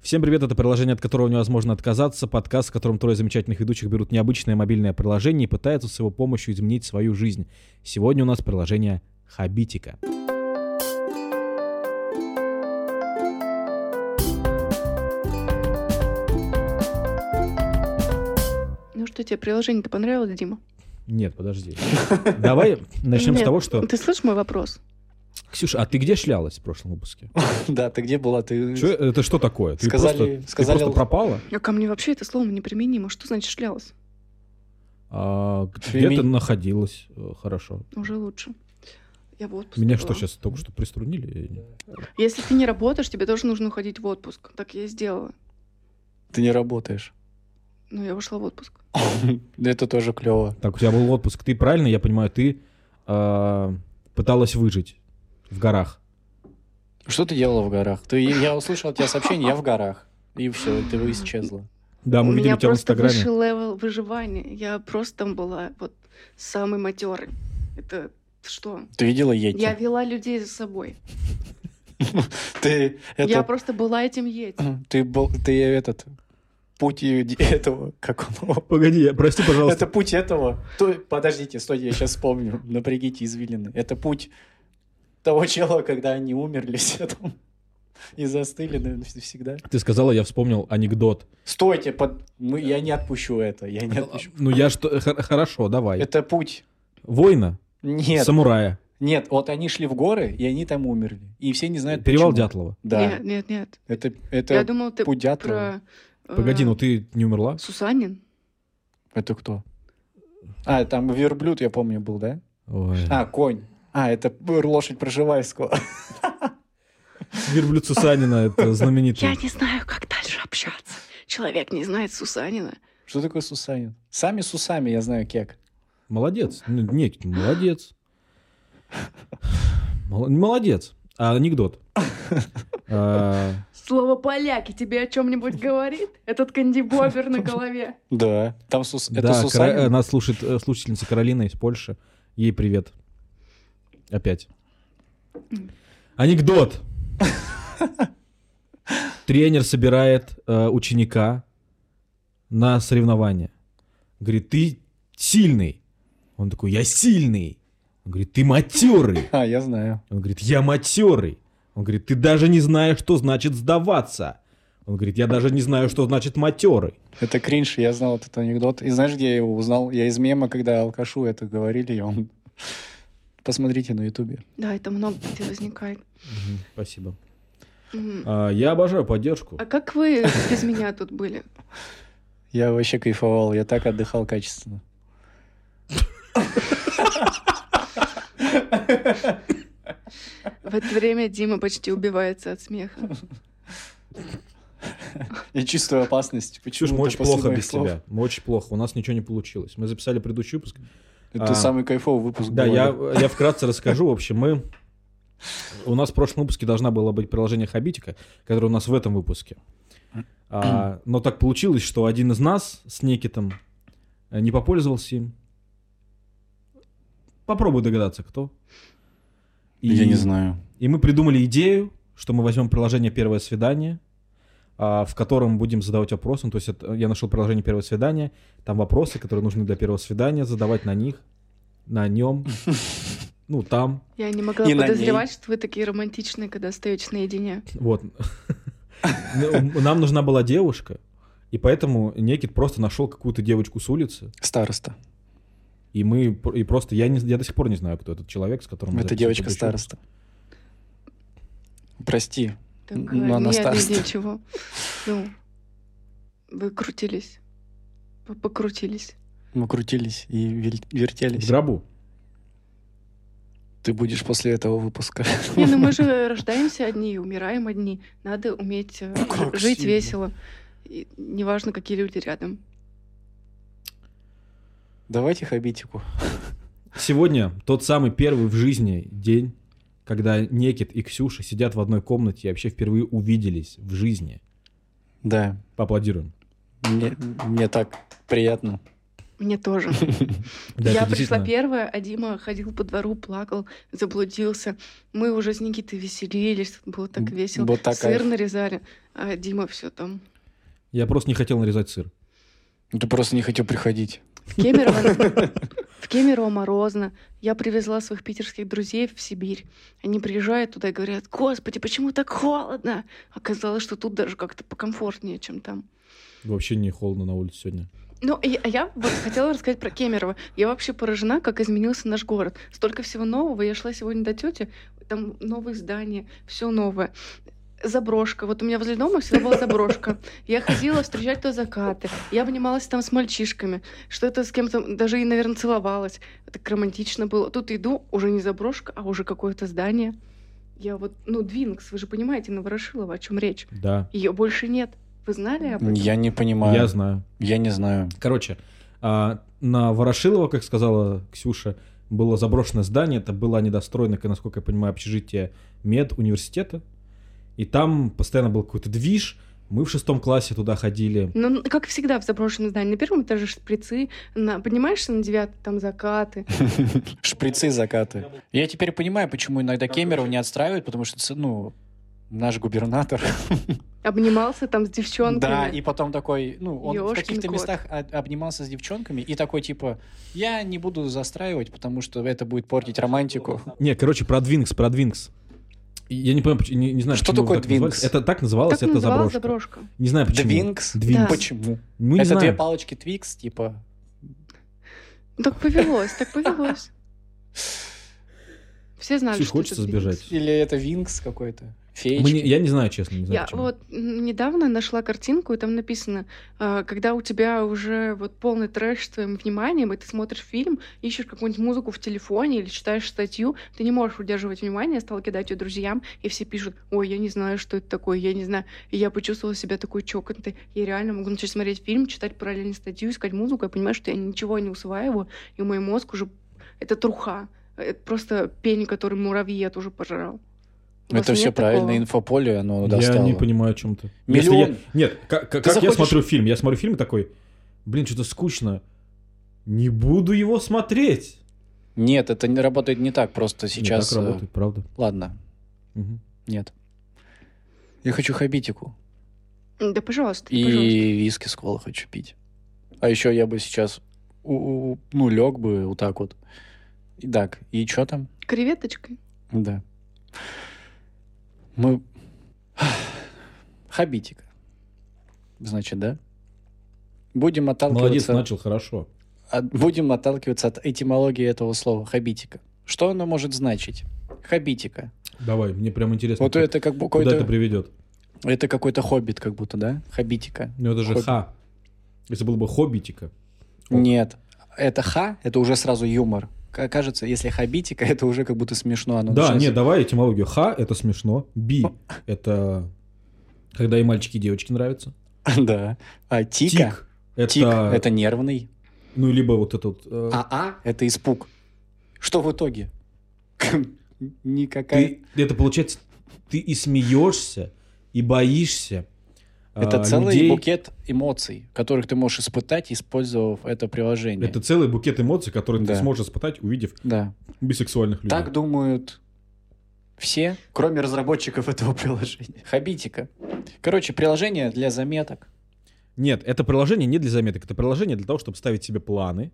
Всем привет, это приложение, от которого невозможно отказаться, подкаст, в котором трое замечательных ведущих берут необычное мобильное приложение и пытаются с его помощью изменить свою жизнь. Сегодня у нас приложение Хабитика. Ну что, тебе приложение-то понравилось, Дима? Нет, подожди. Давай начнем с Нет. того, что... Ты слышишь мой вопрос? Ксюша, а ты где шлялась в прошлом выпуске? Да, ты где была? Ты Чё- это что такое? Ты Ну, Сказали- просто, ты сказали- просто пропала? А ко мне вообще это слово неприменимо. Что значит шлялась? А, где Феми- ты находилась? Э, Хорошо. Уже лучше. Я в отпуск. Меня что, была. сейчас только что приструнили? Если ты не работаешь, тебе тоже нужно уходить в отпуск. Так я и сделала. ты не работаешь. Но я ушла в отпуск. Это тоже клево. Так, у тебя был отпуск. Ты правильно, я понимаю, ты э, пыталась выжить в горах. Что ты делала в горах? Ты, я услышал от тебя сообщение, я в горах. И все, ты исчезла. Да, мы У видели меня тебя в просто Инстаграме. высший левел выживания. Я просто там была вот самый матерый. Это что? Ты видела Йети? Я вела людей за собой. Ты, это, Я просто была этим еть. ты, был, ты этот, путь и- этого, как он его? Погоди, я- прости, пожалуйста. Это путь этого. То- подождите, стойте, я сейчас вспомню. Напрягите извилины. Это путь того чела, когда они умерли все там и застыли навсегда. всегда. Ты сказала, я вспомнил анекдот. Стойте, под... мы, я не отпущу это, я не отпущу. Ну я что... хор- Хорошо, давай. Это путь. Воина, Нет, самурая, нет, вот они шли в горы, и они там умерли. И все не знают перевал Ну, почему. Дятлова. Да, Нет, нет, нет. это, это Я думала, ты путь Дятлова. про... э, Погоди, ну ты не умерла? Сусанин? Это кто? А, там верблюд, я помню, был, да? Ой. А, конь. А, это лошадь Проживальского. Верблюд Сусанина, это Я знаменитый. не знаю, как дальше общаться. Человек не знает Сусанина. Что такое Сусанин? Сами Сусами, я знаю, кек. Молодец. Ну, Не, молодец. Мол- Молодец. А, анекдот. А, Слово поляки тебе о чем-нибудь говорит? Этот кандибобер на голове. Да. Там сус... это Да, Сусанин? Кара- э, нас слушает э, слушательница Каролина из Польши. Ей привет. Опять. Анекдот. Тренер собирает э, ученика на соревнования. Говорит, ты сильный. Он такой, я сильный. Он говорит, ты матерый. А, я знаю. Он говорит, я матерый. Он говорит, ты даже не знаешь, что значит сдаваться. Он говорит, я даже не знаю, что значит матерый. Это кринж, я знал этот анекдот. И знаешь, где я его узнал? Я из мема, когда алкашу это говорили, и он... Посмотрите на ютубе. Да, это много где возникает. Спасибо. М. А, Я обожаю поддержку. А как вы без меня тут были? Я вообще кайфовал, я так отдыхал качественно. В это время Дима почти убивается от смеха. Я чувствую опасность. Почему Чушь, мы очень плохо без тебя. Мы очень плохо. У нас ничего не получилось. Мы записали предыдущий выпуск. Это А. самый кайфовый выпуск. Да, был. я, я вкратце расскажу. В общем, мы... У нас в прошлом выпуске должна была быть приложение Хабитика, которое у нас в этом выпуске. А, но так получилось, что один из нас с Никитом э, не попользовался им. Попробуй догадаться, кто. И- Я не знаю. И мы придумали идею, что мы возьмем приложение «Первое свидание», а, в котором будем задавать вопросы. Ну, то есть это- я нашел приложение «Первое свидание», там вопросы, которые нужны для первого свидания, задавать на них, на нем, ну, там. Я не могла И на подозревать, что вы такие романтичные, когда остаетесь наедине. Вот. Ну, Нам нужна была девушка, и поэтому Некит просто нашел какую-то девочку с улицы, Староста. и мы пр- и просто я не я до сих пор не знаю, кто этот человек, с которым мы Это записывали девочка предыдущий староста. Прости. Так, Ну, э, она нет, староста. нет, ничего. Ну, вы крутились. Вы покрутились. Мы крутились и вел- выпуск. вертелись. В гробу. Ты будешь после этого выпуска. Не, ну мы же рождаемся одни и умираем одни. Надо уметь э, Как ж- жить сильно. весело. И неважно, какие люди рядом. Давайте хабитику. Сегодня тот самый первый в жизни день, когда Некит и Ксюша сидят в одной комнате и вообще впервые увиделись в жизни. Да. Поаплодируем. Мне, мне так приятно. Мне тоже. Да, я это пришла действительно- первая, а Дима ходил по двору, плакал, заблудился. Мы уже с Никитой веселились, было так Б- весело. вот так Сыр кайф. нарезали, а Дима все там. Я просто не хотел нарезать сыр. Ты просто не хотел приходить. В Кемерово, в Кемерово морозно. Я привезла своих питерских друзей в Сибирь. Они приезжают туда и говорят, господи, почему так холодно? Оказалось, что тут даже как-то покомфортнее, чем там. Вообще не холодно на улице сегодня. Ну, и- а я вот хотела рассказать про Кемерово. Я вообще поражена, как изменился наш город. Столько всего нового. Я шла сегодня до тети, там новые здания, все новое. Заброшка. Вот у меня возле дома всегда была заброшка. Я ходила встречать то закаты. Я обнималась там с мальчишками. Что-то с кем-то даже и, наверное, целовалась. Так романтично было. Тут иду, уже не заброшка, а уже какое-то здание. Я вот, ну, Двинкс, вы же понимаете, на Ворошилова, о чем речь. Да. Ее больше нет. Вы знали об этом? Я не понимаю. Я Я, знаю. не знаю. Короче, а, на Ворошилова, как сказала Ксюша, было заброшенное здание. Это была недостроена, насколько я понимаю, общежитие медуниверситета. И там постоянно был какой-то движ. Мы в шестом классе туда ходили. Ну, н- как всегда в заброшенном здании. На первом этаже шприцы, на, поднимаешься на девятый, там закаты. Шприцы, закаты. Я теперь понимаю, почему иногда Кемеров не отстраивают, потому что, ц- ну, наш губернатор. Обнимался там с девчонками. Да, и потом такой, ну, он в Ёшкин каких-то кот. местах о- обнимался с девчонками и такой, типа, я не буду застраивать, потому что это будет портить романтику. Не, короче, про Двинкс, про Двинкс. И Я не понимаю, поч- не, не знаю, Что почему его такое так называли. Двинкс? Это так как называлось, это называлась заброшка. заброшка? Не знаю почему. Двинкс? Двинкс. Да. Почему? Ну, не это две знаю. палочки Твикс, типа. Ну, Так повелось, так повелось. Все знали, Ксюш, что это хочется Двинкс. сбежать. Или это Винкс какой-то? Мы Феечки? не- я не знаю, честно, не знаю. Я почему. вот м, недавно нашла картинку, и там написано, а, когда у тебя уже вот полный трэш с твоим вниманием, и ты смотришь фильм, ищешь какую-нибудь музыку в телефоне или читаешь статью, ты не можешь удерживать внимание, стал кидать ее друзьям, и все пишут, ой, я не знаю, что это такое, я не знаю. И я почувствовала себя такой чокнутой. Я реально могу начать смотреть фильм, читать параллельно статью, искать музыку, я понимаю, что я ничего не усваиваю, и мой мозг уже... Это труха. Это просто пень, который муравьед уже пожрал. У вас Это все нет правильно, такого? инфополе оно Я Ну, достало. не понимаю, о чем ты. Если Миллион. я- Нет, как, как- Ты как я заходишь- смотрю фильм? Я смотрю фильм и такой, блин, что-то скучно. Не буду его смотреть. Нет, это не работает не так просто сейчас. Не так работает, правда. э, Ладно, Мгм. нет. Я хочу хабитику. Да, пожалуйста, И пожалуйста. виски с колой хочу пить. А еще я бы сейчас, у- у- ну, лег бы вот так вот. И Так, и что там? Креветочкой? Да. Мы... Хабитика. Значит, да? Будем Молодец, отталкиваться... начал хорошо. от- будем отталкиваться от этимологии этого слова хабитика. Что оно может значить? Хабитика. Давай, мне прям интересно, Вот как- это как куда бы какой-то это приведет. это какой-то хоббит, как будто, да? Хабитика. Ну это же Хобби. ха. Если было бы хоббитика. Ок. Нет, это ха, это уже сразу юмор. К- Кажется, если хабитика, это уже как будто смешно. Оно да, начинается- нет, давай этимологию. Ха — это смешно. Би — это когда и мальчики, и девочки нравятся. да. А тика, Тик — это, тик, это нервный. ну либо вот этот... э, А а, это испуг. Что в итоге? Никакая. Ты, это получается, ты и смеешься, и боишься. а, Это целый людей. букет эмоций, которых ты можешь испытать, использовав это приложение. Это целый букет эмоций, которые Да. ты сможешь испытать, увидев Да. бисексуальных людей. Так думают все, кроме разработчиков этого приложения. Хабитика. Короче, приложение для заметок. Нет, это приложение не для заметок, это приложение для того, чтобы ставить себе планы.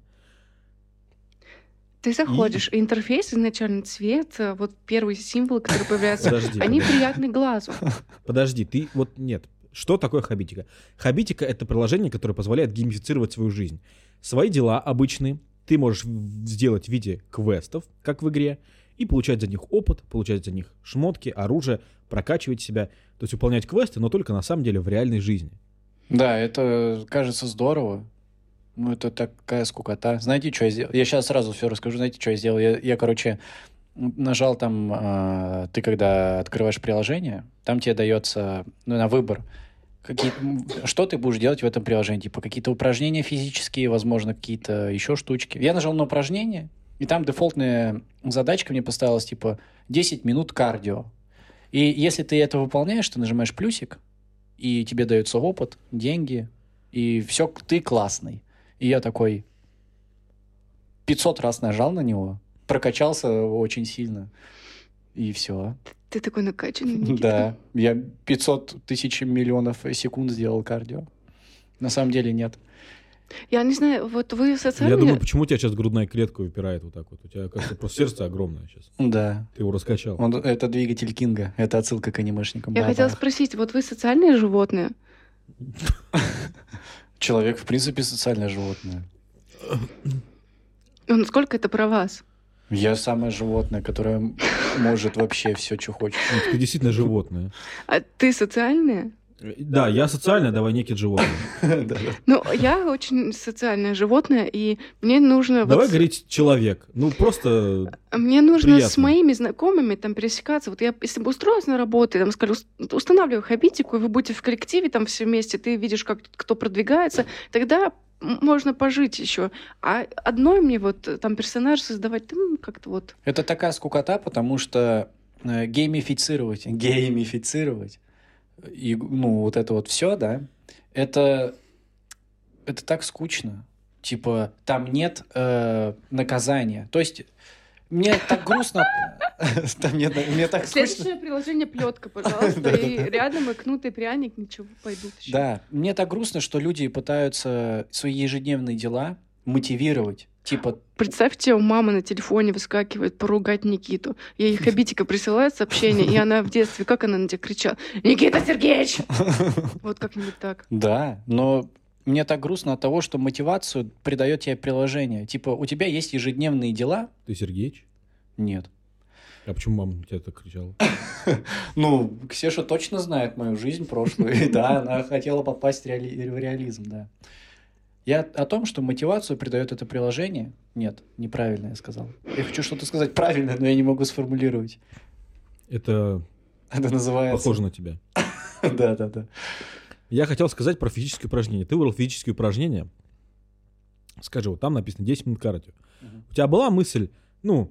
Ты заходишь, и интерфейс изначально цвет, э, вот первые символы, которые появляются, Подожди, они подожди. приятны глазу. подожди, ты вот нет. Что такое хабитика? Хабитика это приложение, которое позволяет геймифицировать свою жизнь. Свои дела обычные ты можешь в- сделать в виде квестов, как в игре, и получать за них опыт, получать за них шмотки, оружие, прокачивать себя, то есть выполнять квесты, но только на самом деле в реальной жизни. Да, это кажется здорово. Ну, это такая скукота. Знаете, что я сделал? Я сейчас сразу все расскажу. Знаете, что я сделал? Я, я, короче, нажал там... а, ты когда открываешь приложение, там тебе дается ну, на выбор, какие, м, что ты будешь делать в этом приложении. Типа какие-то упражнения физические, возможно, какие-то еще штучки. Я нажал на упражнение, и там дефолтная задачка мне поставилась, типа 10 минут кардио. И если ты это выполняешь, ты нажимаешь плюсик, и тебе дается опыт, деньги, и все, ты классный. И я такой, 500 раз нажал на него, прокачался очень сильно, и все. Ты такой накачанный, Никита. Да, я 500 тысяч миллионов секунд сделал кардио. На самом деле нет. Я не знаю, вот вы социальные... Я думаю, почему у тебя сейчас грудная клетка выпирает вот так вот? У тебя, кажется, просто сердце огромное сейчас. Да. Ты его раскачал. Он, это двигатель Кинга, это отсылка к анимешникам. Я хотела Да-да. спросить, вот вы социальные животные? Человек, в принципе, социальное животное. Ну, Насколько это про вас? Я самое животное, которое м- может вообще все, что хочет. Ну, Ты действительно животное. А ты социальная? Да, я социально, давай некий животное. Да-да. Ну, я очень социальное животное, и мне нужно... Давай вот с- говорить человек. Ну просто Мне нужно с Приятно. моими знакомыми там пересекаться. Вот я, если бы устроилась на работу, я там сказали, «Ус- устанавливаю хабитику, и вы будете в коллективе там все вместе, ты видишь, как кто продвигается, тогда м- можно пожить еще. А одной мне вот э, там персонаж создавать, там как-то вот... Это такая скукота, потому что э, геймифицировать, геймифицировать, и, ну, вот это вот все, да, это, это так скучно. Типа, там нет э, наказания. То есть, мне так грустно. Там нет- Мне так скучно. Следующее приложение плетка, пожалуйста, и рядом и кнут, и пряник, ничего, пойдут еще. Да, мне так грустно, что люди пытаются свои ежедневные дела мотивировать. Типа, Представьте, у мамы на телефоне выскакивает поругать Никиту. Ей Хабитика присылает сообщение, и она в детстве, как она на тебя кричала? «Никита Сергеевич!» Вот как-нибудь так. да, но мне так грустно от того, что мотивацию придает тебе приложение. Типа, у тебя есть ежедневные дела? ты Сергеич. Нет. А почему мама на тебя так кричала? Ну, Ксеша точно знает мою жизнь прошлую. И да, она хотела попасть в реали- в реализм, да. Я о том, что мотивацию придает это приложение. Нет, неправильно я сказал. Я хочу что-то сказать правильное, но я не могу сформулировать. Это Это называется... похоже на тебя. Да, да, да. Я хотел сказать про физические упражнения. Ты выбрал физические упражнения. Скажи, вот там написано 10 минут кардио. Мгм. У тебя была мысль, ну,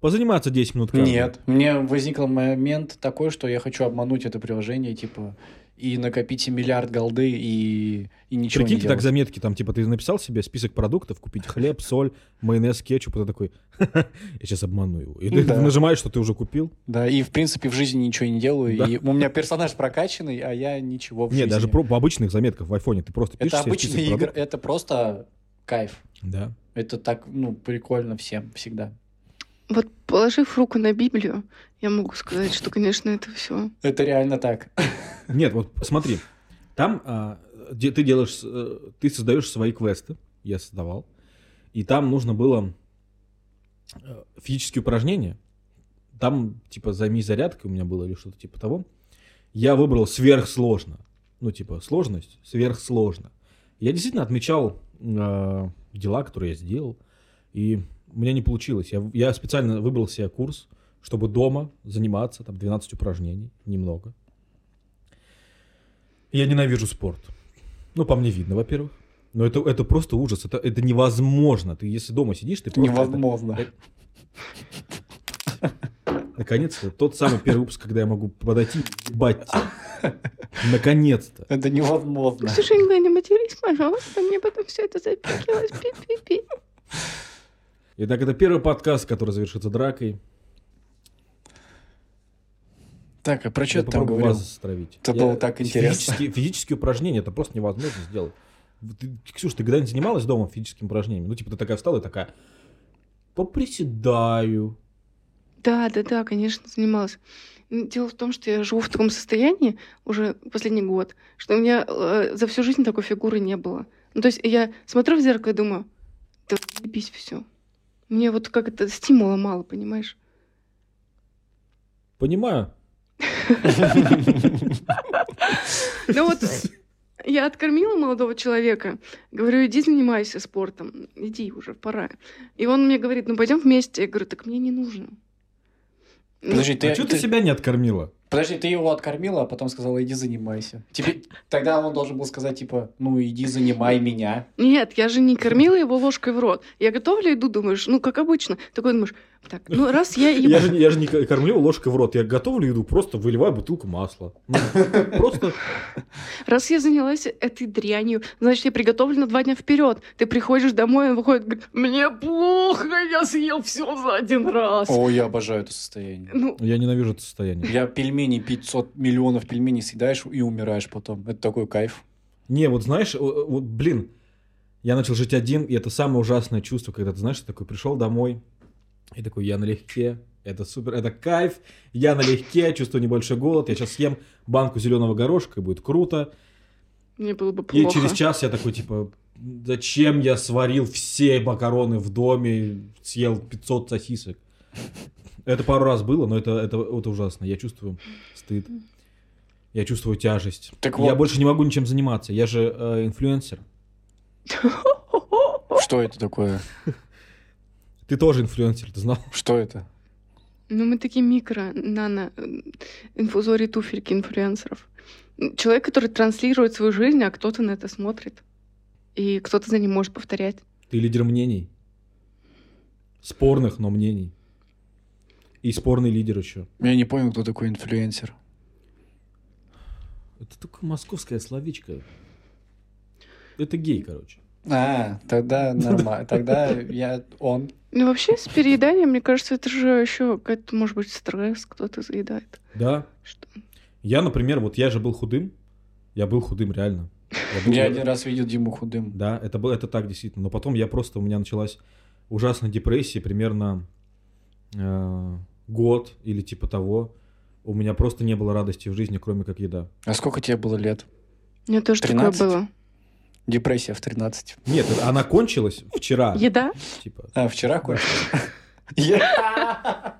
позаниматься 10 минут кардио? Нет, мне возникл момент такой, что я хочу обмануть это приложение, типа, и накопить миллиард голды, и, и ничего Прикинь, не ты так делать. заметки, там, типа, ты написал себе список продуктов, купить хлеб, соль, майонез, кетчуп, и ты такой, я сейчас обману его. И ты Да. нажимаешь, что ты уже купил. Да, и, в принципе, в жизни ничего не делаю, Да. и у меня персонаж прокачанный, а я ничего в Нет, жизни. даже про по обычных заметках в айфоне ты просто пишешь Это себе список обычные игры, продуктов. это просто кайф. Да. Это так, ну, прикольно всем, всегда. Вот положив руку на Библию, я могу сказать, что, конечно, это все. Это реально так. Нет, вот смотри, там а, где ты делаешь, с- э, ты создаешь свои квесты, я создавал, и там нужно было э, физические упражнения, там типа займи зарядкой у меня было или что-то типа того. Я выбрал сверхсложно, ну типа сложность сверхсложно. Я действительно отмечал э, дела, которые я сделал, и у меня не получилось. Я, я специально выбрал себе курс, чтобы дома заниматься, там 12 упражнений, немного. Я ненавижу спорт. Ну, по мне видно, во-первых. Но это, это просто ужас, это, это невозможно. Ты если дома сидишь, ты просто... это- Невозможно. Наконец-то тот самый первый выпуск, когда я могу подойти и ебать тебя. Наконец-то. Это невозможно. Сушенька, не матерись, пожалуйста, мне потом все это запикалось. Пи-пи-пи. Итак, это первый подкаст, который завершится дракой. Так, а про что Я ты там попробую говорил? вас стравить. Это было так интересно. Физические, физические упражнения, это просто невозможно сделать. Вот ты, Ксюш, ты когда-нибудь занималась дома физическими упражнениями? Ну, типа, ты такая встала и такая, поприседаю. Да, да, да, конечно, занималась. М, Дело в том, что я живу в таком состоянии уже последний год, что у меня э, за всю жизнь такой фигуры не было. Ну, то есть я смотрю в зеркало и думаю, да ебись все. Мне вот как это стимула мало, понимаешь? Понимаю. Ну вот я откормила молодого человека, говорю, иди занимайся спортом, иди уже, пора. И он мне говорит, ну пойдем вместе. Я говорю, так мне не нужно. Ну, Подожди, А что ты себя не откормила? Подожди, ты его откормила, а потом сказала, иди занимайся. Тебе... Тогда он должен был сказать, типа, ну иди занимай меня. Нет, я же не кормила его ложкой в рот. Я готовлю еду, думаешь, ну, как обычно. Такой думаешь, Так, ну раз я ем- Я же, не- я же не к- кормлю ложкой в рот. Я готовлю еду, просто выливаю бутылку масла. Ну, Просто Раз я занялась этой дрянью, значит, я приготовлю на два дня вперед. Ты приходишь домой, он выходит, говорит, мне плохо, я съел все за один раз. О, я обожаю это состояние. Ну, я ненавижу это состояние. Я пельмени, 500 миллионов пельменей съедаешь и умираешь потом. Это такой кайф. Не, вот знаешь, о- вот, блин, я начал жить один, и это самое ужасное чувство, когда ты знаешь, ты такой пришел домой, и такой, я налегке, это супер, это кайф, я налегке, чувствую небольшой голод, я сейчас съем банку зеленого горошка, и будет круто. мне было бы И плохо. через час я такой, типа, зачем я сварил все макароны в доме, съел 500 сосисок. Это пару раз было, но это, это, это ужасно. Я чувствую стыд. Я чувствую тяжесть. Так Я вот. больше не могу ничем заниматься. Я же э, инфлюенсер. Что это такое? Ты тоже инфлюенсер, ты знал? Что это? Ну, мы такие микро, нано, э, инфузории туфельки инфлюенсеров. Человек, который транслирует свою жизнь, а кто-то на это смотрит. И кто-то за ним может повторять. Ты лидер мнений. Спорных, но мнений. И спорный лидер еще. Я не понял, кто такой инфлюенсер. Это только московское словечко. Это гей, короче. А, тогда нормально. Тогда я он. Ну, вообще, с перееданием, мне кажется, это же еще какой-то, может быть, стресс, кто-то заедает. Да, Что? Я, например, вот я же был худым. Я был худым, реально. Я был- Я один раз видел Диму худым. Да, это, было, это так действительно. Но потом я просто, у меня началась ужасная депрессия примерно э, год или типа того. У меня просто не было радости в жизни, кроме как еда. А сколько тебе было лет? У меня тоже Тринадцать? такое было. Депрессия в 13. Нет, это- она кончилась вчера. Еда? Типа. А, вчера кончилось? Я-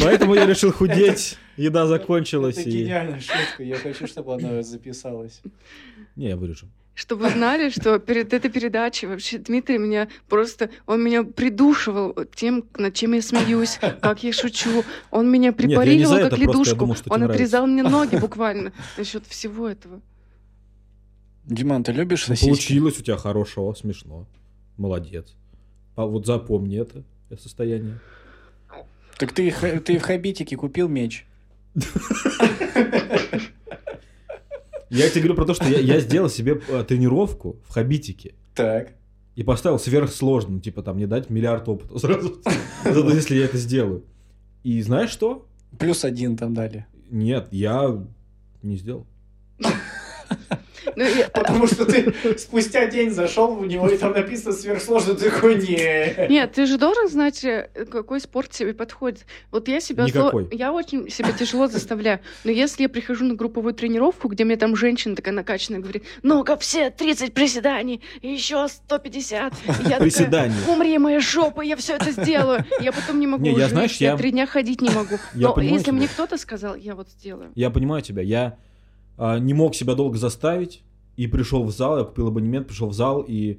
Поэтому я решил худеть. Еда закончилась. Это и- гениальная шутка. Я хочу, чтобы она записалась. Не, я вырежу. Чтобы вы знали, что перед этой передачей вообще Дмитрий меня просто... Он меня придушивал тем, над чем я смеюсь, как я шучу. он меня я не за препарировал это просто, как я ледушку. думал, что тебе он нравится. отрезал мне ноги буквально насчет всего этого. Диман, ты любишь Ну, сосиски? Получилось у тебя хорошо, смешно. Молодец. А вот запомни это состояние. Так ты, х- ты в Хабитике купил меч. Я тебе говорю про то, что я, я сделал себе э, тренировку в хабитике Так. и поставил сверхсложным, типа там не дать миллиард опыта сразу, зато если я это сделаю. И знаешь что? Плюс один там дали. Нет, я не сделал. Ну, я- Потому что ты спустя день зашел в него, и там написано сверхсложно, ты такой, не. Нет, ты же должен знать, э, какой спорт тебе подходит. Вот я себя... зло- Никакой. Я очень себя тяжело заставляю. Но если я прихожу на групповую тренировку, где мне там женщина такая накачанная говорит, ну-ка, все 30 приседаний, и еще 150. И я такая, Приседание. Умри, моя жопа, я все это сделаю. Я потом не могу Не, я, жить, знаешь, я- три дня ходить не могу. Я Но понимаю если тебя. мне кто-то сказал, я вот сделаю. Я понимаю тебя, я а, не мог себя долго заставить и пришел в зал, я купил абонемент, пришел в зал и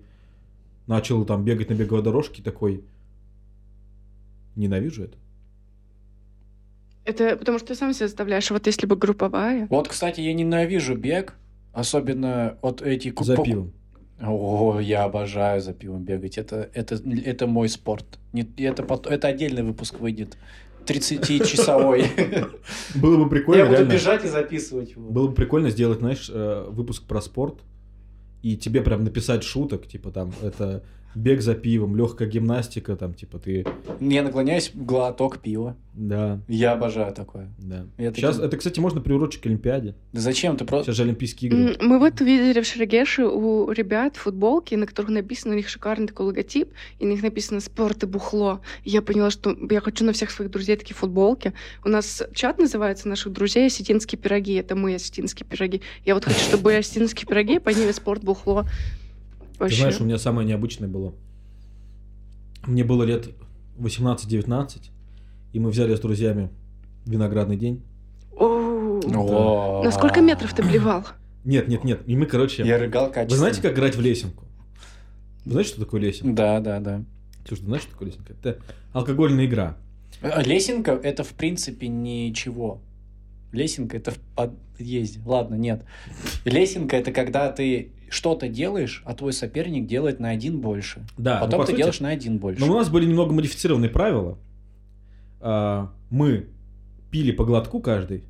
начал там бегать на беговой дорожке и такой ненавижу это. Это потому что ты сам себя заставляешь. Вот если бы групповая... Вот, кстати, я ненавижу бег, особенно от этих... За купок- пивом. О, я обожаю за пивом бегать. Это, это, это мой спорт. Не- это, пот- это отдельный выпуск выйдет. 30-часовой. Было бы прикольно. Я буду реально. бежать и записывать его. Было бы прикольно сделать, знаешь, э, выпуск про спорт, и тебе прям написать шуток, типа там, это бег за пивом, легкая гимнастика, там, типа ты... Я наклоняюсь, глоток пива. Да, Я обожаю такое. да. Я таким- Сейчас, это, кстати, можно приурочить к Олимпиаде. Да зачем ты просто... Сейчас же Олимпийские М, игры. Мы вот увидели в Шерегеше у ребят футболки, на которых написано, у них шикарный такой логотип, и на них написано «Спорт и бухло». И я поняла, что я хочу на всех своих друзей такие футболки. У нас чат называется наших друзей «Осетинские пироги». Это мы, «Осетинские пироги». Я вот хочу, чтобы были «Осетинские пироги», а по ними «Спорт бухло». Ты Вообще. знаешь, у меня самое необычное было. Мне было лет 18-19, и мы взяли с друзьями виноградный день. Оу. Ну, О. На сколько метров ты блевал? Нет, нет, нет, и мы, короче... Я рыгал Вы качественно. знаете, как играть в лесенку? Вы знаете, что такое лесенка? Да, да, да. Ксюш, ты знаешь, что такое лесенка? Это алкогольная игра. А Лесенка — это, в принципе, ничего. Лесенка — это в подъезде. Ладно, нет. Лесенка — это когда ты что-то делаешь, а твой соперник делает на один больше. Да, ну, А Потом по ты сути, ну, делаешь на один больше. Но у нас были немного модифицированные правила. а, мы пили по глотку каждый,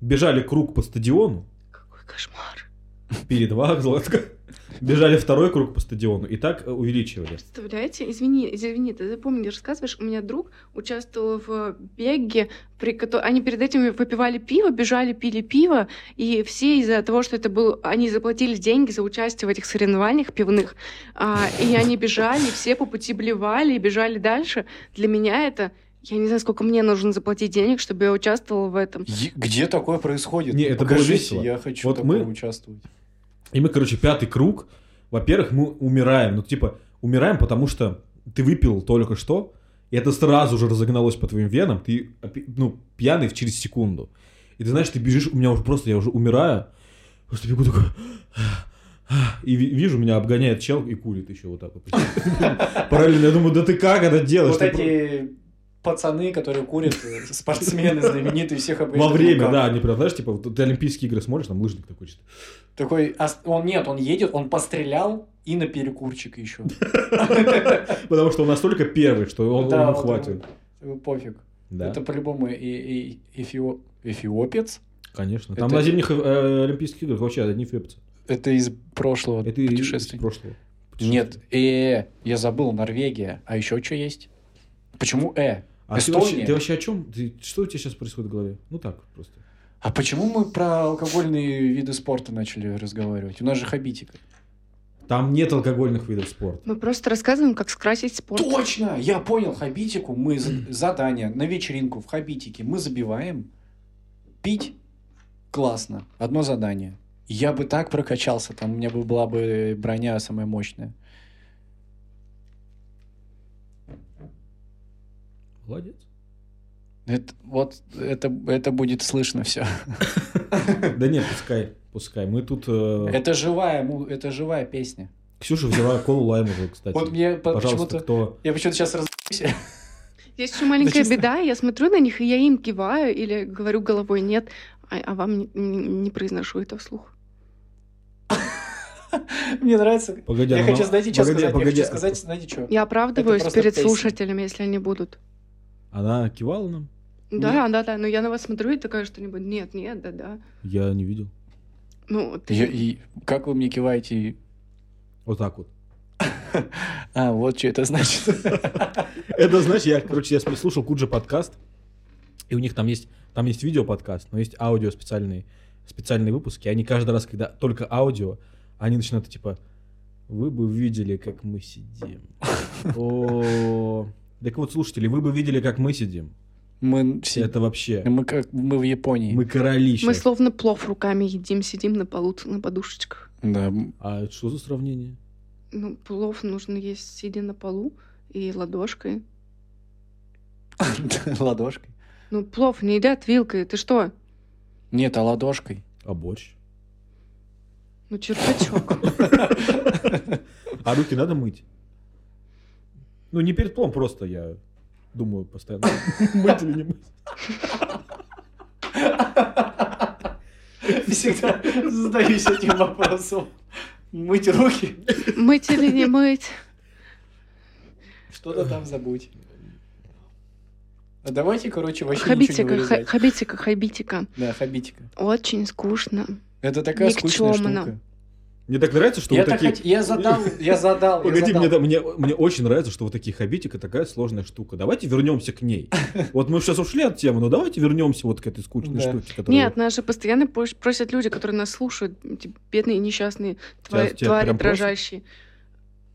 бежали круг по стадиону, Какой кошмар. пили два глотка, бежали второй круг по стадиону и так э, увеличивали. Представляете? Извини, извини, ты запомни, рассказываешь, у меня друг участвовал в беге, при котором они перед этим выпивали пиво, бежали, пили пиво, и все из-за того, что это был, они заплатили деньги за участие в этих соревнованиях пивных, а, и они бежали, все по пути блевали и бежали дальше. Для меня это, я не знаю, сколько мне нужно заплатить денег, чтобы я участвовала в этом. Е- Где такое происходит? Не, это было Покажите, весело. я хочу Вот вот мы- участвовать. И мы, короче, пятый круг. Во-первых, мы умираем. Ну, типа, умираем, потому что ты выпил только что, и это сразу же разогналось по твоим венам. Ты, опи- ну, пьяный в- через секунду. И ты знаешь, ты бежишь, у меня уже просто, я уже умираю. Просто бегу такой... И ви- вижу, меня обгоняет чел и курит еще вот так вот. Параллельно, я думаю, да ты как это делаешь? Вот Ты про- эти пацаны, которые курят, э, спортсмены знаменитые, всех Во обгоняют. время, руками. да, они прям, знаешь, типа, вот ты Олимпийские игры смотришь, там лыжник такой чисто. Такой, ас- он нет, он едет, он пострелял и на перекурчик еще. Потому что он настолько первый, что он, Да, он вот хватит. ему Пофиг. Да. Это по-любому и- и- эфио- эфиопец. Конечно. Там Это- на зимних э, Олимпийских играх вообще одни фепцы. Это из прошлого Это и- из путешествия. прошлого. Нет, э, я забыл, Норвегия. А еще что есть? Почему э? А ты Эстония. вообще, ты вообще о чем? Ты, что у тебя сейчас происходит в голове? Ну так просто. А почему мы про алкогольные виды спорта начали разговаривать? У нас же хабитик. Там нет алкогольных видов спорта. Мы просто рассказываем, как скрасить спорт. Точно! Я понял, хабитику мы за- задание на вечеринку в хабитике мы забиваем. Пить классно. Одно задание. Я бы так прокачался, там у меня бы была бы броня самая мощная. Молодец. Это, вот это, это будет слышно все. Да нет, пускай, пускай. Мы тут... э, Это живая, му- это живая песня. Ксюша взяла колу лаймовую, кстати. Вот мне по- Пожалуйста, почему-то... кто... Я почему-то сейчас раз... Есть еще маленькая честно. беда, я смотрю на них, и я им киваю или говорю головой нет, а, а вам не, не- не произношу это вслух. Мне нравится. Погоди, я она- хочу, знаете, что погоди, сказать? погоди. Я хочу сказать, знаете, что? Я оправдываюсь просто перед песня. слушателями, если они будут. Она кивала нам? Да, да, да, но я на вас смотрю и такая что-нибудь, нет, нет, да, да. Я не видел. Ну, ты... Я- и как вы мне киваете? Вот так вот. А, вот что это значит. Это, знаешь, я, короче, я слушал Куджи подкаст, и у них там есть, там есть видео подкаст, но есть аудио специальные, специальные выпуски. Они каждый раз, когда только аудио, они начинают типа, вы бы видели, как мы сидим. О, так вот, слушатели, вы бы видели, как мы сидим. Мы все- Это вообще, Мы как мы в Японии. мы короли Мы сейчас. словно плов руками едим, сидим на полу, на подушечках. Да, м, А это что за сравнение? Ну, плов нужно есть сидя на полу и ладошкой. ладошкой. Ну, плов не едят вилкой, ты что? Нет, а ладошкой. А борщ? Ну, черпачок. А руки надо мыть? Ну, не перед плом, просто я думаю постоянно, мыть или не мыть. Всегда задаюсь этим вопросом. Мыть руки, Мыть или не мыть? что-то там забудь. А давайте, короче, вообще ничего не Хабитика, ха- вырезать. хабитика, хабитика. Да, хабитика. Очень скучно. Это такая скучная Никчёмно. штука. Мне так нравится, что Я, вы так такие... хот- я задал, я задал, я Погоди, задал. мне, да- мне, мне очень нравится, что вот такие хабитика такая сложная штука. Давайте вернемся к ней. Вот мы сейчас ушли от темы, но давайте вернемся вот к этой скучной Да. штуке, которая... Нет, нас же постоянно пос- просят люди, которые нас слушают, эти бедные несчастные тва- Тебя- тебя твари прям просят? дрожащие.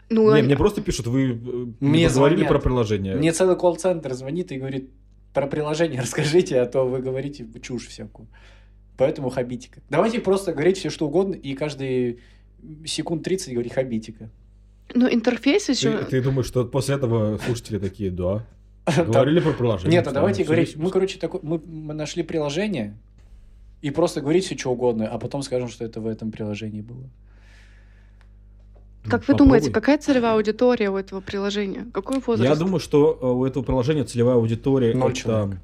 Ну, Не, они- мне просто пишут, вы Мне мне говорили звонят. про приложение. Мне целый колл-центр звонит и говорит, про приложение расскажите, а то вы говорите чушь всякую. Поэтому хабитика. Давайте просто говорить все, что угодно, и каждые секунд 30 говорить хабитика. ну, интерфейс еще. Ты, ты думаешь, что после этого слушатели такие, да, говорили про приложение. Нет, а давайте Всё говорить, есть. мы, короче, такой, мы, мы нашли приложение, и просто говорить все, что угодно, а потом скажем, что это в этом приложении было. Ну, Как вы попробуй. думаете, какая целевая аудитория у этого приложения? Какой возраст? Я думаю, что э, у этого приложения целевая аудитория... Ноль это- человек.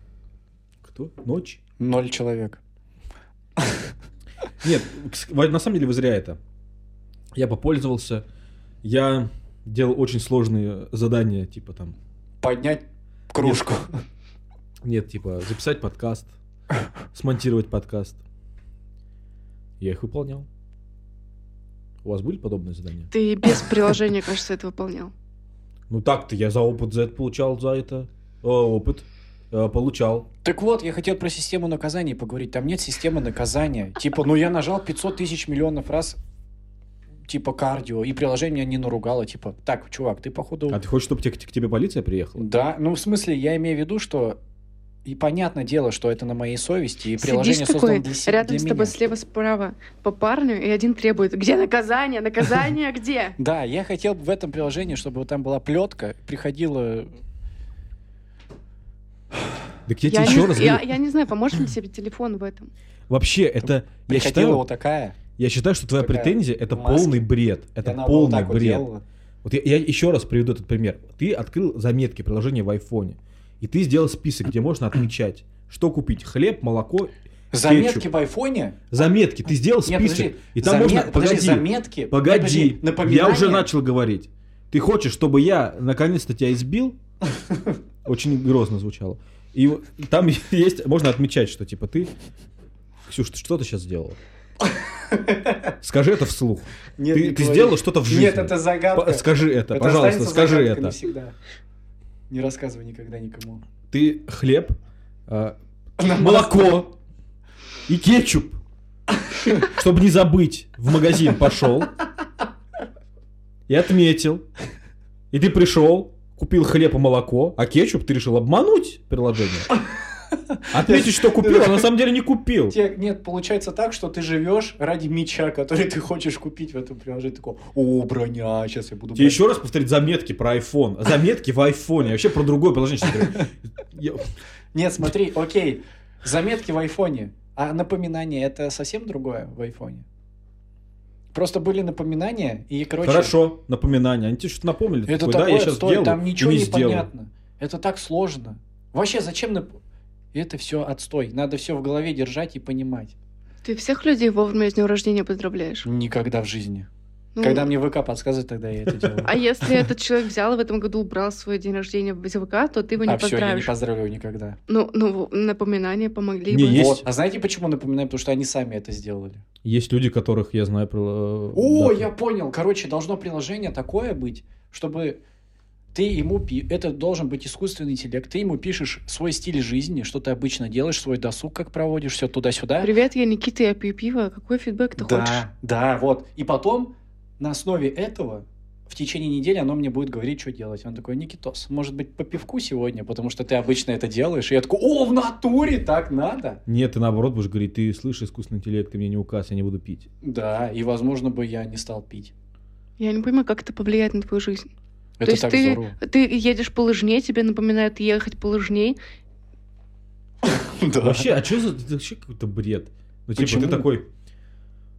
Кто? Ночь? Ноль человек. Нет, кс- во- на самом деле вы зря это. Я попользовался. Я делал очень сложные задания, э, типа там Поднять кружку. Нет, типа, записать подкаст, смонтировать подкаст. Я их выполнял. У вас были подобные задания? Ты без приложения, кажется, это выполнял. Ну так-то я за опыт за это получал, за это э, опыт э, получал. Так вот, я хотел про систему наказаний поговорить. Там нет системы наказания. Типа, ну я нажал 500 тысяч миллионов раз типа кардио, и приложение меня не наругало, типа, так, чувак, ты походу... А ты хочешь, чтобы те- к тебе полиция приехала? Да, ну в смысле, я имею в виду, что и понятное дело, что это на моей совести, и Сидишь приложение такой, создано для, се- рядом для с меня. тобой слева-справа по парню, и один требует, где наказание, наказание где? Да, я хотел бы в этом приложении, чтобы вот там была плетка, приходила... Да я тебе не еще з- раз я- говорю. я не знаю, поможет ли тебе телефон в этом? Вообще, это... Я приходила считаю, вот такая. я считаю, что твоя такая претензия — это в маске. полный бред. и Это она вот полный так вот бред. делала. Вот я, еще раз приведу этот пример. Ты открыл заметки приложения в айфоне, и ты сделал список, где можно отмечать, что купить, хлеб, молоко, Заметки кетчуп. в айфоне? Заметки, ты сделал Нет, список, подожди. и там Заме- можно... Подожди, Погоди, заметки? погоди, Подожди, я уже напоминания? начал говорить. Ты хочешь, чтобы я наконец-то тебя избил? Очень грозно звучало. И вот там есть, можно отмечать, что типа ты... Ксюш, ты что ты сейчас сделала? Скажи это вслух. Нет, ты не ты говори. сделала что-то в жизни. Нет, это загадка. Па- Скажи это, Это пожалуйста, останется скажи загадкой это. навсегда. Не рассказывай никогда никому. Ты хлеб, э, молоко и кетчуп. Чтобы не забыть, в магазин пошел и отметил. И ты пришел, купил хлеб и молоко, а кетчуп ты решил обмануть приложение. Отметить, что купил, а на самом деле не купил. Те- Нет, получается так, что ты живешь ради меча, который ты хочешь купить в этом приложении. Такой, о, броня, сейчас я буду... Тебе брать». еще раз повторить заметки про iPhone. Заметки в айфоне. Я вообще про другое приложение сейчас говорю. Я- Нет, смотри, окей, заметки в айфоне, а напоминания это совсем другое в айфоне. Просто были напоминания, и, короче... Хорошо, напоминание. Они тебе что-то напомнили. Это Такой, да, такое я сейчас отстой, сделаю. там и ничего не, сделаю. понятно. Это так сложно. Вообще, зачем... нап- Это все отстой. Надо все в голове держать и понимать. Ты всех людей вовремя с днем рождения поздравляешь? Никогда в жизни. Ну, Когда мне ВК подсказывает, тогда я это делаю. А если этот человек взял и в этом году убрал свой день рождения в ВК, то ты его не А все, я не поздравишь. поздравлю никогда. Ну, ну, напоминания помогли Не, бы. Есть. Вот. А знаете, почему напоминаю? Потому что они сами это сделали. Есть люди, которых я знаю про... э, О, я понял. Короче, должно приложение такое быть, чтобы ты ему... пи- Это должен быть искусственный интеллект. Ты ему пишешь свой стиль жизни, что ты обычно делаешь, свой досуг, как проводишь, все туда-сюда. Привет, я Никита, я пью пиво. Какой фидбэк ты да, хочешь? да, вот. И потом на основе этого в течение недели оно мне будет говорить, что делать. Он такой, Никитос, может быть, по пивку сегодня, потому что ты обычно это делаешь. И я такой, о, в натуре так надо. Нет, ты наоборот будешь говорить, ты слышишь искусственный интеллект, ты мне не указ, я не буду пить. Да, и, возможно, бы я не стал пить. Я не понимаю, как это повлияет на твою жизнь. Это То есть так ты, здорово. ты едешь по лыжне, тебе напоминает ехать по лыжне. Да. Вообще, а что за... Это вообще какой-то бред. Ну, типа, Почему? ты такой...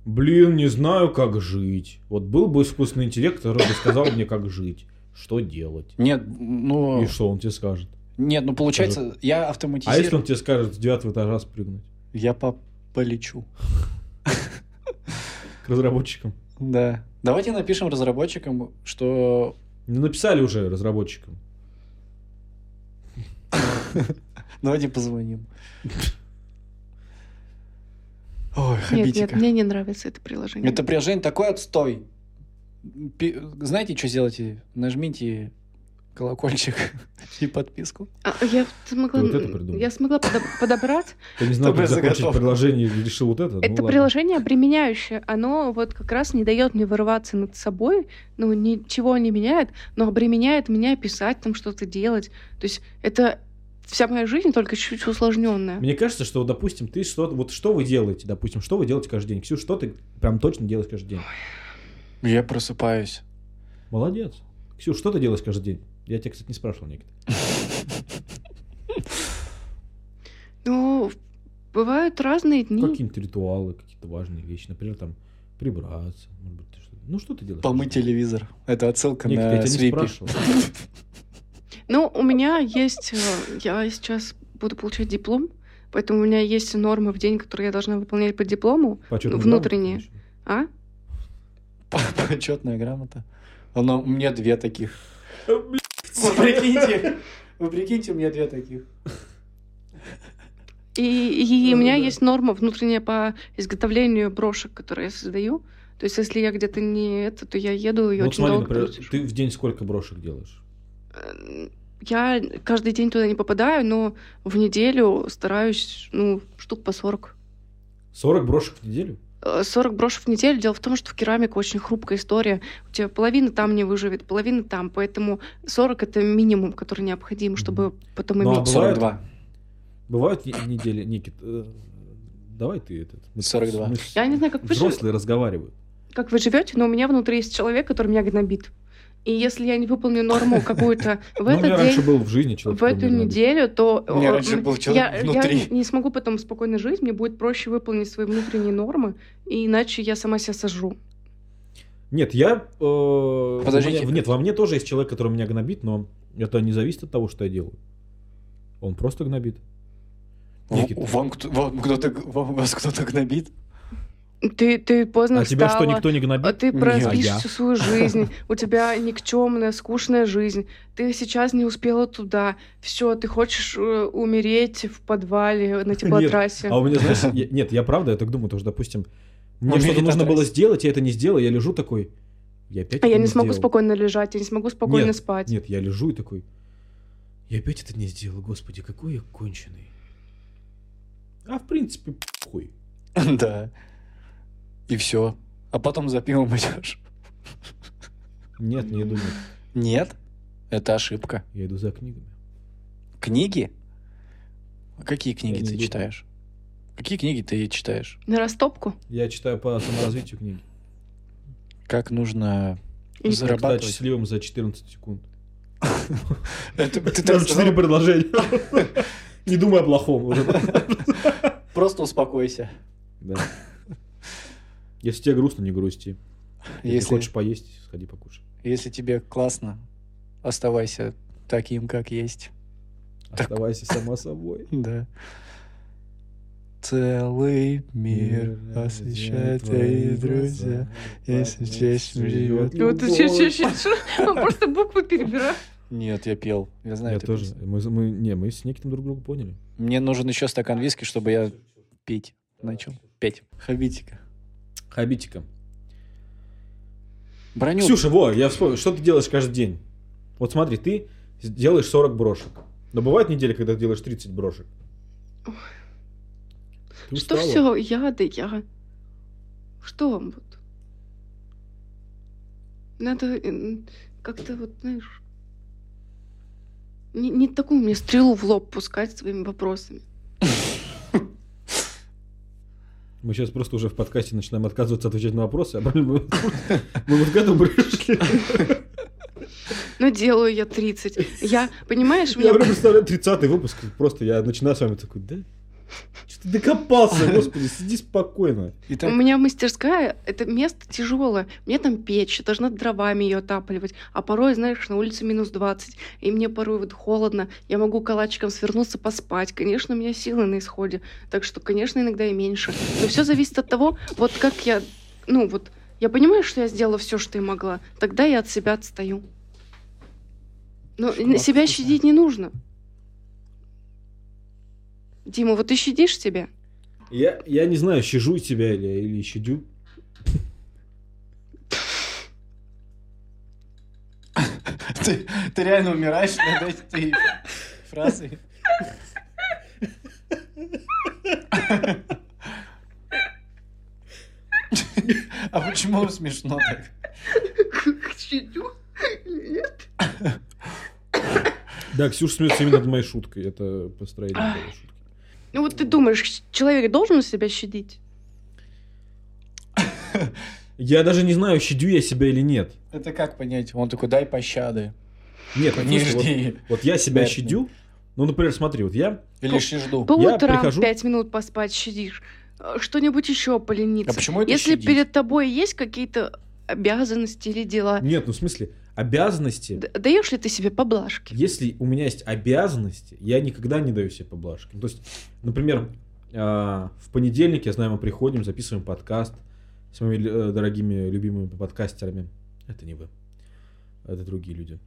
Блин, не знаю, как жить. Вот был бы искусственный интеллект, который бы сказал мне, как жить. Что делать? Нет, ну... И что он тебе скажет? Нет, ну получается, я А автоматизирую. если он тебе скажет с девятого этажа спрыгнуть? Я по- полечу. К разработчикам. Да. Давайте напишем разработчикам, что... Ну, написали уже разработчикам. Давайте позвоним. Ой, Нет, нет, хабитика. мне не нравится это приложение. Это приложение такой отстой. Пи- Знаете, что сделайте? Нажмите колокольчик и подписку. А, я смогла, Ты вот это придумал? я смогла подо- подобрать. Ты не знал, Чтобы как закончить заготовка. предложение и решил вот это? Ну, это ладно. приложение обременяющее. Оно вот как раз не дает мне вырываться над собой, ну ничего не меняет, но обременяет меня писать там что-то делать. То есть это вся моя жизнь только чуть-чуть усложненная. Мне кажется, что, допустим, ты что вот что вы делаете, допустим, что вы делаете каждый день? Ксюш, что ты прям точно делаешь каждый день? Я просыпаюсь. Молодец. Ксюш, что ты делаешь каждый день? Я тебя, кстати, не спрашивал, Никита. Ну, бывают разные дни. Какие-нибудь ритуалы, какие-то важные вещи. Например, там, прибраться. Может быть, ты что Ну, что ты делаешь? Помыть телевизор. Это отсылка Никита, я тебя на не свипи. спрашивал. Ну, у меня есть... э, Я сейчас буду получать диплом, поэтому у меня есть нормы в день, которые я должна выполнять по диплому. Почётную Внутренние. грамоту получил. А? Почетная грамота. Но у меня две таких. Вы прикиньте, Вы прикиньте, у меня две таких. И, и- и у Ну меня да. есть норма внутренняя по изготовлению брошек, которые я создаю. То есть, если я где-то не это, то я еду и Ну, Вот очень смотри, долго например, крутишь. ты в день сколько брошек делаешь? Э, Я каждый день туда не попадаю, но в неделю стараюсь, ну, штук по 40. 40 брошек в неделю? Э, 40 брошек в неделю. Дело в том, что в керамике очень хрупкая история. У тебя половина там не выживет, половина там. Поэтому 40 — это минимум, который необходим, чтобы потом Ну, а иметь. бывает- 42. Бывают не- недели, Никит? э, Давай ты этот. Мы с- 42. мы с- Я не знаю, как вы жи- Взрослые разговаривают. как вы живете, но у меня внутри есть человек, который меня гнобит. И если я не выполню норму какую-то Ну, у в меня этот день, раньше был в жизни человек. в эту который меня любит. неделю, то У меня э, раньше м, был человек я- я внутри. не смогу потом спокойно жить, мне будет проще выполнить свои внутренние нормы, и иначе я сама себя сожру. Нет, я... э, у Подождите. меня- Нет, во мне тоже есть человек, который меня гнобит, но это не зависит от того, что я делаю. Он просто гнобит. Никит. В- Вам, кто- вам кто-то, г- вам- вас кто-то гнобит? Ты, ты поздно А тебя что, встала, никто не а гнобит? ты Нет. проспишь А я? всю свою жизнь, у тебя никчемная, скучная жизнь, ты сейчас не успела туда, все, ты хочешь э, умереть в подвале на теплотрассе. А у меня, знаешь, я- нет, я правда, я так думаю, потому что, допустим, мне Он что-то верит нужно отразить. было сделать, я это не сделал, я лежу такой, я опять А это я не смогу сделал. спокойно лежать, я не смогу спокойно Нет, спать. Нет, я лежу и такой, я опять это не сделал, господи, какой я конченый. А в принципе, похуй. Да. И все. А потом за пивом идешь. Нет, не иду, нет. Нет, это ошибка. я иду за книгами. Книги? А Какие книги не ты иду. читаешь? Какие книги ты читаешь? На растопку? Я читаю по саморазвитию книги. Как нужно Или- Как стать зарабатывать? счастливым за 14 секунд. Это ты Там четыре так сказал. предложения. Не думай о плохом уже. Просто успокойся. Да. Если тебе грустно, не грусти. Если Если, хочешь поесть, сходи покушай. если тебе классно, оставайся таким, как есть. Так. Оставайся сама собой. Да. Целый мир освещает твои друзья. если честь живет Вот ты щас- щас- щас- Он просто буквы перебирает. Нет, я пел. Я знаю Я эту тоже. песню. Мы, мы- не, мы с Никитом друг друга поняли. Мне нужен еще стакан виски, чтобы я пить начал. Петь. Хабитика. Хабитика. Броню. Ксюша, во, я вспомнил, что ты делаешь каждый день? Вот смотри, ты делаешь 40 брошек. Но бывают недели, когда ты делаешь 30 брошек. Ты Что устала? все? Я, да я. Что вам вот? Надо э, как-то вот, знаешь... Не, не такую мне стрелу в лоб пускать своими вопросами. Мы сейчас просто уже в подкасте начинаем отказываться отвечать на вопросы, а правильно, мы мы вот к этому пришли. Но «Ну, делаю я 30. Я, понимаешь, Я меня... прям представляю 30 выпуск, просто я начинаю с вами такой, да? Что ты докопался, господи, сиди спокойно. Итак, У меня мастерская, это место тяжелое. Мне там печь, я должна дровами ее отапливать. А порой, знаешь, на улице минус 20, и мне порой вот холодно. Я могу калачиком свернуться, поспать. Конечно, у меня силы на исходе. Так что, конечно, иногда и меньше. Но все зависит от того, вот как я... Ну, вот я понимаю, что я сделала все, что я могла. Тогда я от себя отстаю. Но Шоколад себя вкусный. щадить не нужно. Дима, вот ты щадишь себя? Я, я не знаю, щажу тебя или, или щадю. ты, ты реально умираешь над этой фразой. А почему смешно так? Как щадю? Нет. Да, Ксюша смеется именно над моей шуткой. Это построение моей шутки. Ну вот ты думаешь, человек должен себя щадить? Я даже не знаю, щадю я себя или нет. Это как понять? Он такой, дай пощады. Нет, ну, Не слушай, вот- жди. вот, я себя Бэтмен. щадю. Ну, например, смотри, вот я... Или ж не жду. А По Я утрам прихожу- пять минут поспать щадишь, э, что-нибудь еще А полениться. почему это Если щадить? перед тобой есть какие-то обязанности или дела, Нет, ну в смысле, обязанности... д- даешь ли ты себе поблажки? Если у меня есть обязанности, я никогда не даю себе поблажки. Ну, То есть, например, э, в понедельник, я знаю, мы приходим, записываем подкаст с моими э, дорогими, любимыми подкастерами. Это не вы. Это другие люди.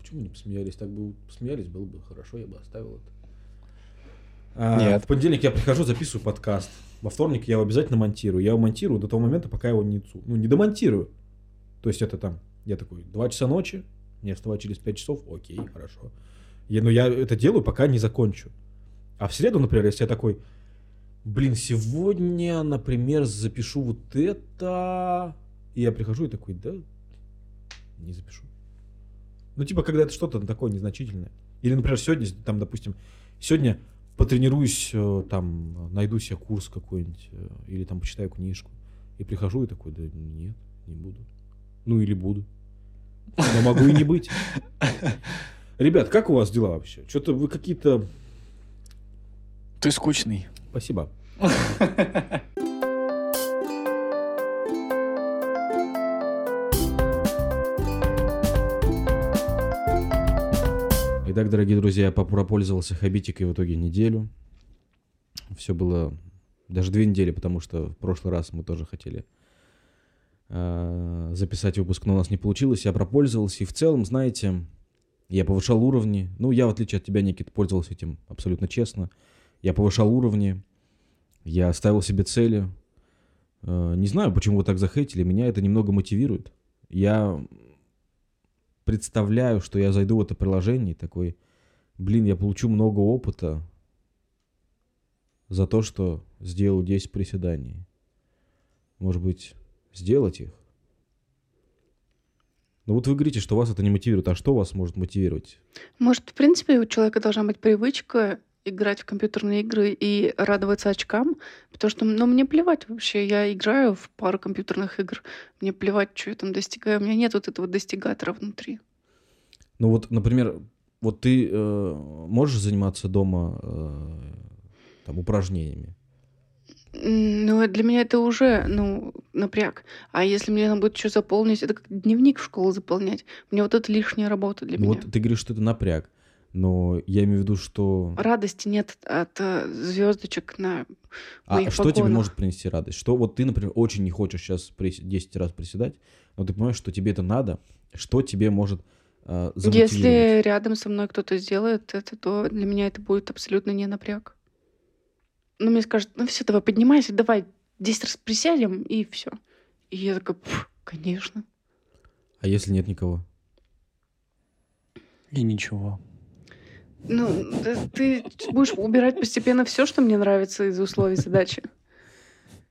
Почему почему не посмеялись? Так бы посмеялись, было бы хорошо, я бы оставил это. А, Нет. В понедельник я прихожу, записываю подкаст. Во вторник я его обязательно монтирую. Я его монтирую до того момента, пока его не цу- Ну, не домонтирую. То есть это там, я такой, 2 часа ночи, мне вставать через 5 часов, окей, хорошо. Я, но я это делаю, пока не закончу. А в среду, например, если я такой, блин, сегодня, например, запишу вот это, и я прихожу и такой, да, не запишу. Ну, типа, когда это что-то такое незначительное. Или, например, сегодня, там, допустим, сегодня потренируюсь, э, там, найду себе курс какой-нибудь, э, или там почитаю книжку, и прихожу и такой, да нет, не буду. Ну, или буду. Но могу и не быть. Ребят, как у вас дела вообще? Что-то вы какие-то... Ты скучный. Спасибо. Итак, дорогие друзья, я попропользовался хабитикой в итоге неделю. Все было даже две недели, потому что в прошлый раз мы тоже хотели э, записать выпуск, но у нас не получилось. Я пропользовался, и в целом, знаете, я повышал уровни. Ну, я, в отличие от тебя, Никит, пользовался этим абсолютно честно. Я повышал уровни, я ставил себе цели. Э, Не знаю, почему вы так захейтили, меня это немного мотивирует. Я представляю, что я зайду в это приложение и такой, блин, я получу много опыта за то, что сделал 10 приседаний. Может быть, сделать их? Ну вот вы говорите, что вас это не мотивирует. А что вас может мотивировать? Может, в принципе, у человека должна быть привычка играть в компьютерные игры и радоваться очкам, потому что, ну, мне плевать вообще, я играю в пару компьютерных игр, мне плевать, что я там достигаю, у меня нет вот этого достигатора внутри. Ну вот, например, вот ты э, можешь заниматься дома э, там упражнениями? М, Ну, э, для меня это уже, ну, напряг. А если мне надо будет еще заполнить, это как дневник в школу заполнять. Мне вот это лишняя работа для Ну меня. вот ты говоришь, что это напряг, но я имею в виду, что Радости нет от звездочек на а моих что тебе погонах. может принести радость? Что вот ты, например, очень не хочешь сейчас 10 раз приседать, но ты понимаешь, что тебе это надо, что тебе может э, замотивировать? Если рядом со мной кто-то сделает это, то для меня это будет абсолютно не напряг. Ну, мне скажут, ну все, давай поднимайся, давай 10 раз присядем, и все. И я такая, «Пф, конечно. А если нет никого? И ничего. Ну, да ты будешь убирать постепенно все, что мне нравится из условий задачи.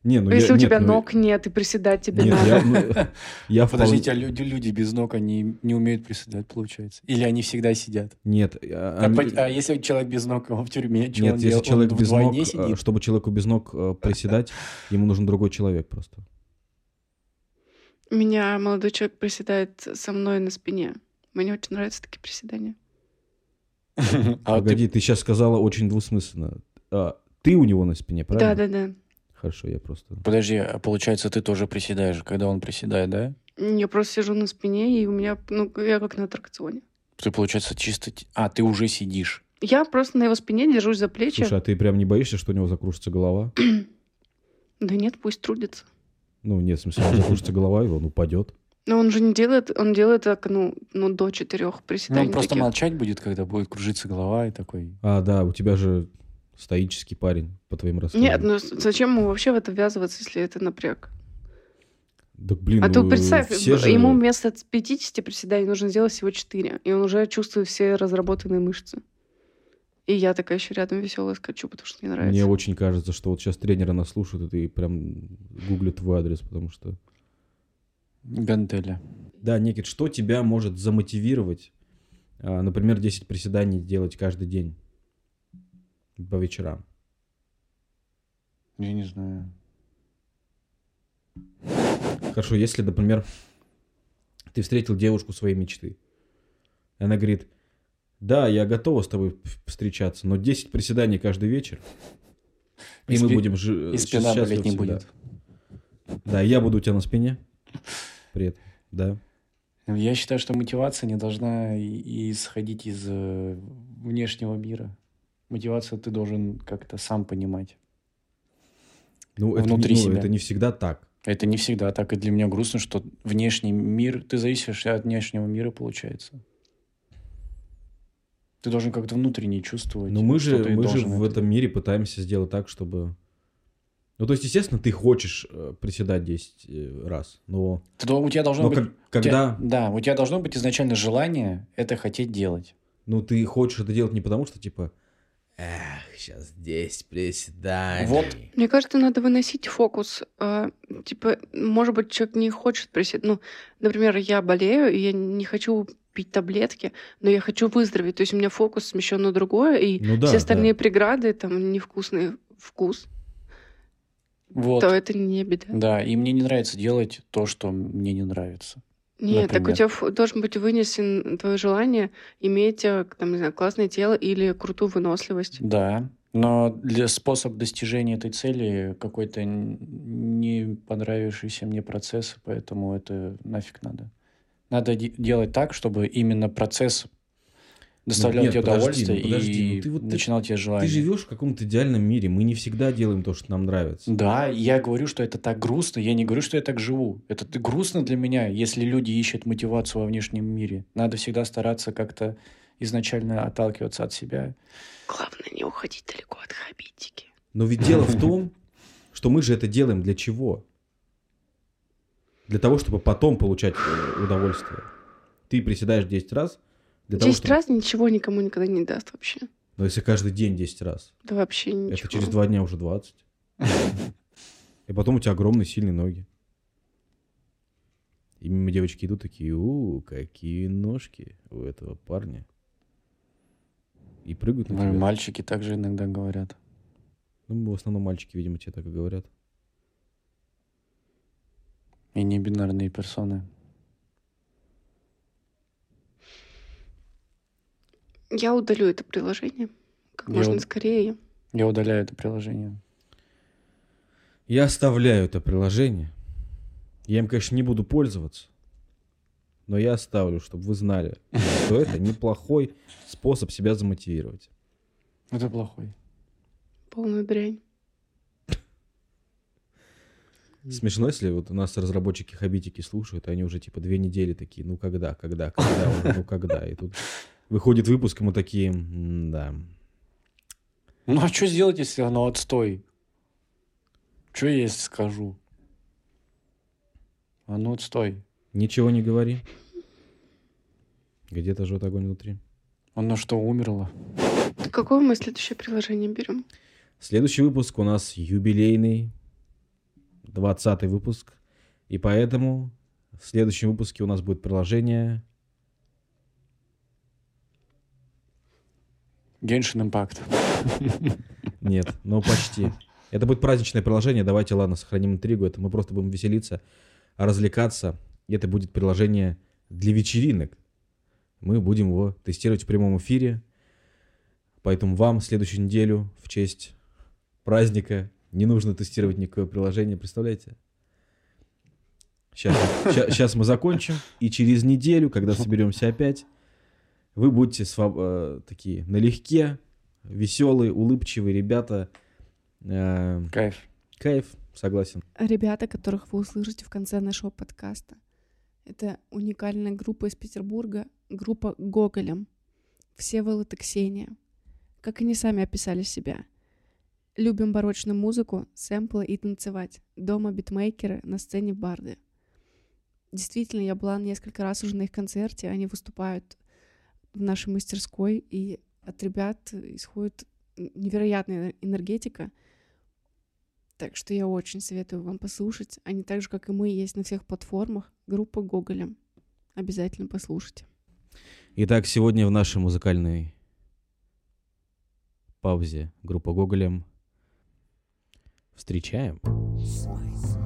Не, ну Если я- у нет, тебя ну, ног нет, и приседать тебе Нет, надо. я, ну, я вполне- Подождите, а люди, люди без ног, они не умеют приседать, получается? Или они всегда сидят? Нет, э, А, они- по- а если человек без ног, его в тюрьме, что Нет, он если делает? человек он без ног, вдвойне э, сидит? чтобы человеку без ног э, приседать, ему нужен другой человек просто. У меня молодой человек приседает со мной на спине. Мне очень нравятся такие приседания. А ты- Погоди, ты... сейчас сказала очень двусмысленно. А, ты у него на спине, правильно? Да-да-да. Хорошо, я просто... Подожди, а получается, ты тоже приседаешь, когда он приседает, да? Я просто сижу на спине, и у меня, ну, я как на аттракционе. Ты, получается, чисто... т- А, ты уже сидишь. Я просто на его спине держусь за плечи. Слушай, а ты прям не боишься, что у него закружится голова? Да нет, пусть трудится. Ну, нет, в смысле, закружится голова, и он упадет. Но он же не делает, он делает так, ну, ну до четырех Ну, приседаний. он просто таких. молчать будет, когда будет кружиться голова и такой... А, да, у тебя же стоический парень, по твоим рассказам. Нет, ну с- зачем ему вообще в это ввязываться, если это напряг? Так, блин, а то ну, представь, все же- ему вместо 50 приседаний нужно сделать всего 4, и он уже чувствует все разработанные мышцы. И я такая еще рядом веселая скачу, потому что мне нравится. Мне очень кажется, что вот сейчас тренера нас слушают, и прям гуглят твой адрес, потому что... Гантеля. Да, Никит, что тебя может замотивировать, а, например, 10 приседаний делать каждый день по вечерам? Я не знаю. Хорошо, если, например, ты встретил девушку своей мечты, и она говорит, да, я готова с тобой п- встречаться, но 10 приседаний каждый вечер, и, И мы спи- будем жи- И спина счастливы болеть не всегда». будет. Да, я буду у тебя на спине. Привет. Да. Ну, Я считаю, что мотивация не должна и- и исходить из э, внешнего мира. Мотивацию ты должен как-то сам понимать. Ну, это, Внутри не, ну, себя. это не всегда так. Это не всегда так, и для меня грустно, что внешний мир, ты зависишь от внешнего мира, получается. Ты должен как-то внутренне чувствовать. Но Ну, мы что же, ты мы же должен в это- этом мире пытаемся сделать так, чтобы... Ну, то есть, естественно, ты хочешь э, приседать 10 э, раз, но, Ты дол- у тебя должно но быть... как- у тебя- когда да, у тебя должно быть изначально желание это хотеть делать. ну, ты хочешь это делать не потому, что, типа, эх, сейчас здесь приседаний. Вот. Мне кажется, надо выносить фокус. э, типа, может быть, человек не хочет присесть. Ну, например, я болею, и я не хочу пить таблетки, но я хочу выздороветь. То есть у меня фокус смещен на другое, и Ну да, все да. остальные преграды, там, невкусный вкус, Вот. то это не беда. Да, и мне не нравится делать то, что мне не нравится. Нет, так у Например. тебя ф- должен быть вынесен твое желание иметь, э, к- там, не знаю, классное тело или крутую выносливость. Да. Но для способ достижения этой цели какой-то н- не понравившийся мне процесс, поэтому это нафиг надо. Надо де- делать так, чтобы именно процесс доставлял нет, тебе подожди, удовольствие ну подожди, и ну ты вот ты- начинал тебе желание. Ты живешь в каком-то идеальном мире, мы не всегда делаем то, что нам нравится. Да, я говорю, что это так грустно, я не говорю, что я так живу. Это т- грустно для меня, если люди ищут мотивацию во внешнем мире. Надо всегда стараться как-то изначально отталкиваться от себя. Главное, не уходить далеко от хабитики. Но ведь дело в том, что мы же это делаем для чего? Для того, чтобы потом получать э, удовольствие. Ты приседаешь 10 раз для того, 10 чтобы... раз ничего никому никогда не даст вообще. Но если каждый день 10 раз, Да вообще ничего. это через два дня уже 20. И потом у тебя огромные сильные ноги. И мимо девочки идут такие, у, какие ножки у этого парня. И прыгают на Ну, и тебя. Мальчики также иногда говорят. Ну, в основном мальчики, видимо, тебе так и говорят. И небинарные персоны. Я удалю это приложение как Я можно уд- скорее. Я удаляю это приложение. Я оставляю это приложение. Я им, конечно, не буду пользоваться. Но я оставлю, чтобы вы знали, что это неплохой способ себя замотивировать. Это плохой. Полную дрянь. Смешно, если вот у нас разработчики хабитики слушают, и они уже типа две недели такие, ну когда, когда, когда, уже, ну когда. И тут выходит выпуск, и мы такие, да. Ну а что сделать, если оно отстой? Что я если скажу? А ну отстой. Ничего не говори. Где-то жжет огонь внутри. Оно что, умерло? Какое мы следующее приложение берем? Следующий выпуск у нас юбилейный, 20 выпуск. И поэтому в следующем выпуске у нас будет приложение Геншин импакт. Нет, но почти. Это будет праздничное приложение. Давайте, ладно, сохраним интригу. Это мы просто будем веселиться, развлекаться. И это будет приложение для вечеринок. Мы будем его тестировать в прямом эфире. Поэтому вам в следующую неделю в честь праздника не нужно тестировать никакое приложение. Представляете? Сейчас, мы закончим. И через неделю, когда соберемся опять, вы будете своб- э, такие налегке, веселые, улыбчивые ребята. Э, Кайф. кайф, согласен. Ребята, которых вы услышите в конце нашего подкаста. Это уникальная группа из Петербурга, группа Гоголем. Все и Ксения. Как они сами описали себя. Любим барочную музыку, сэмплы и танцевать. Дома битмейкеры, на сцене барды. Действительно, я была несколько раз уже на их концерте. Они выступают в нашей мастерской, и от ребят исходит невероятная энергетика. Так что я очень советую вам послушать. Они так же, как и мы, есть на всех платформах. Группа Гоголем. Обязательно послушайте. Итак, сегодня в нашей музыкальной паузе группа Гоголем встречаем. Slice.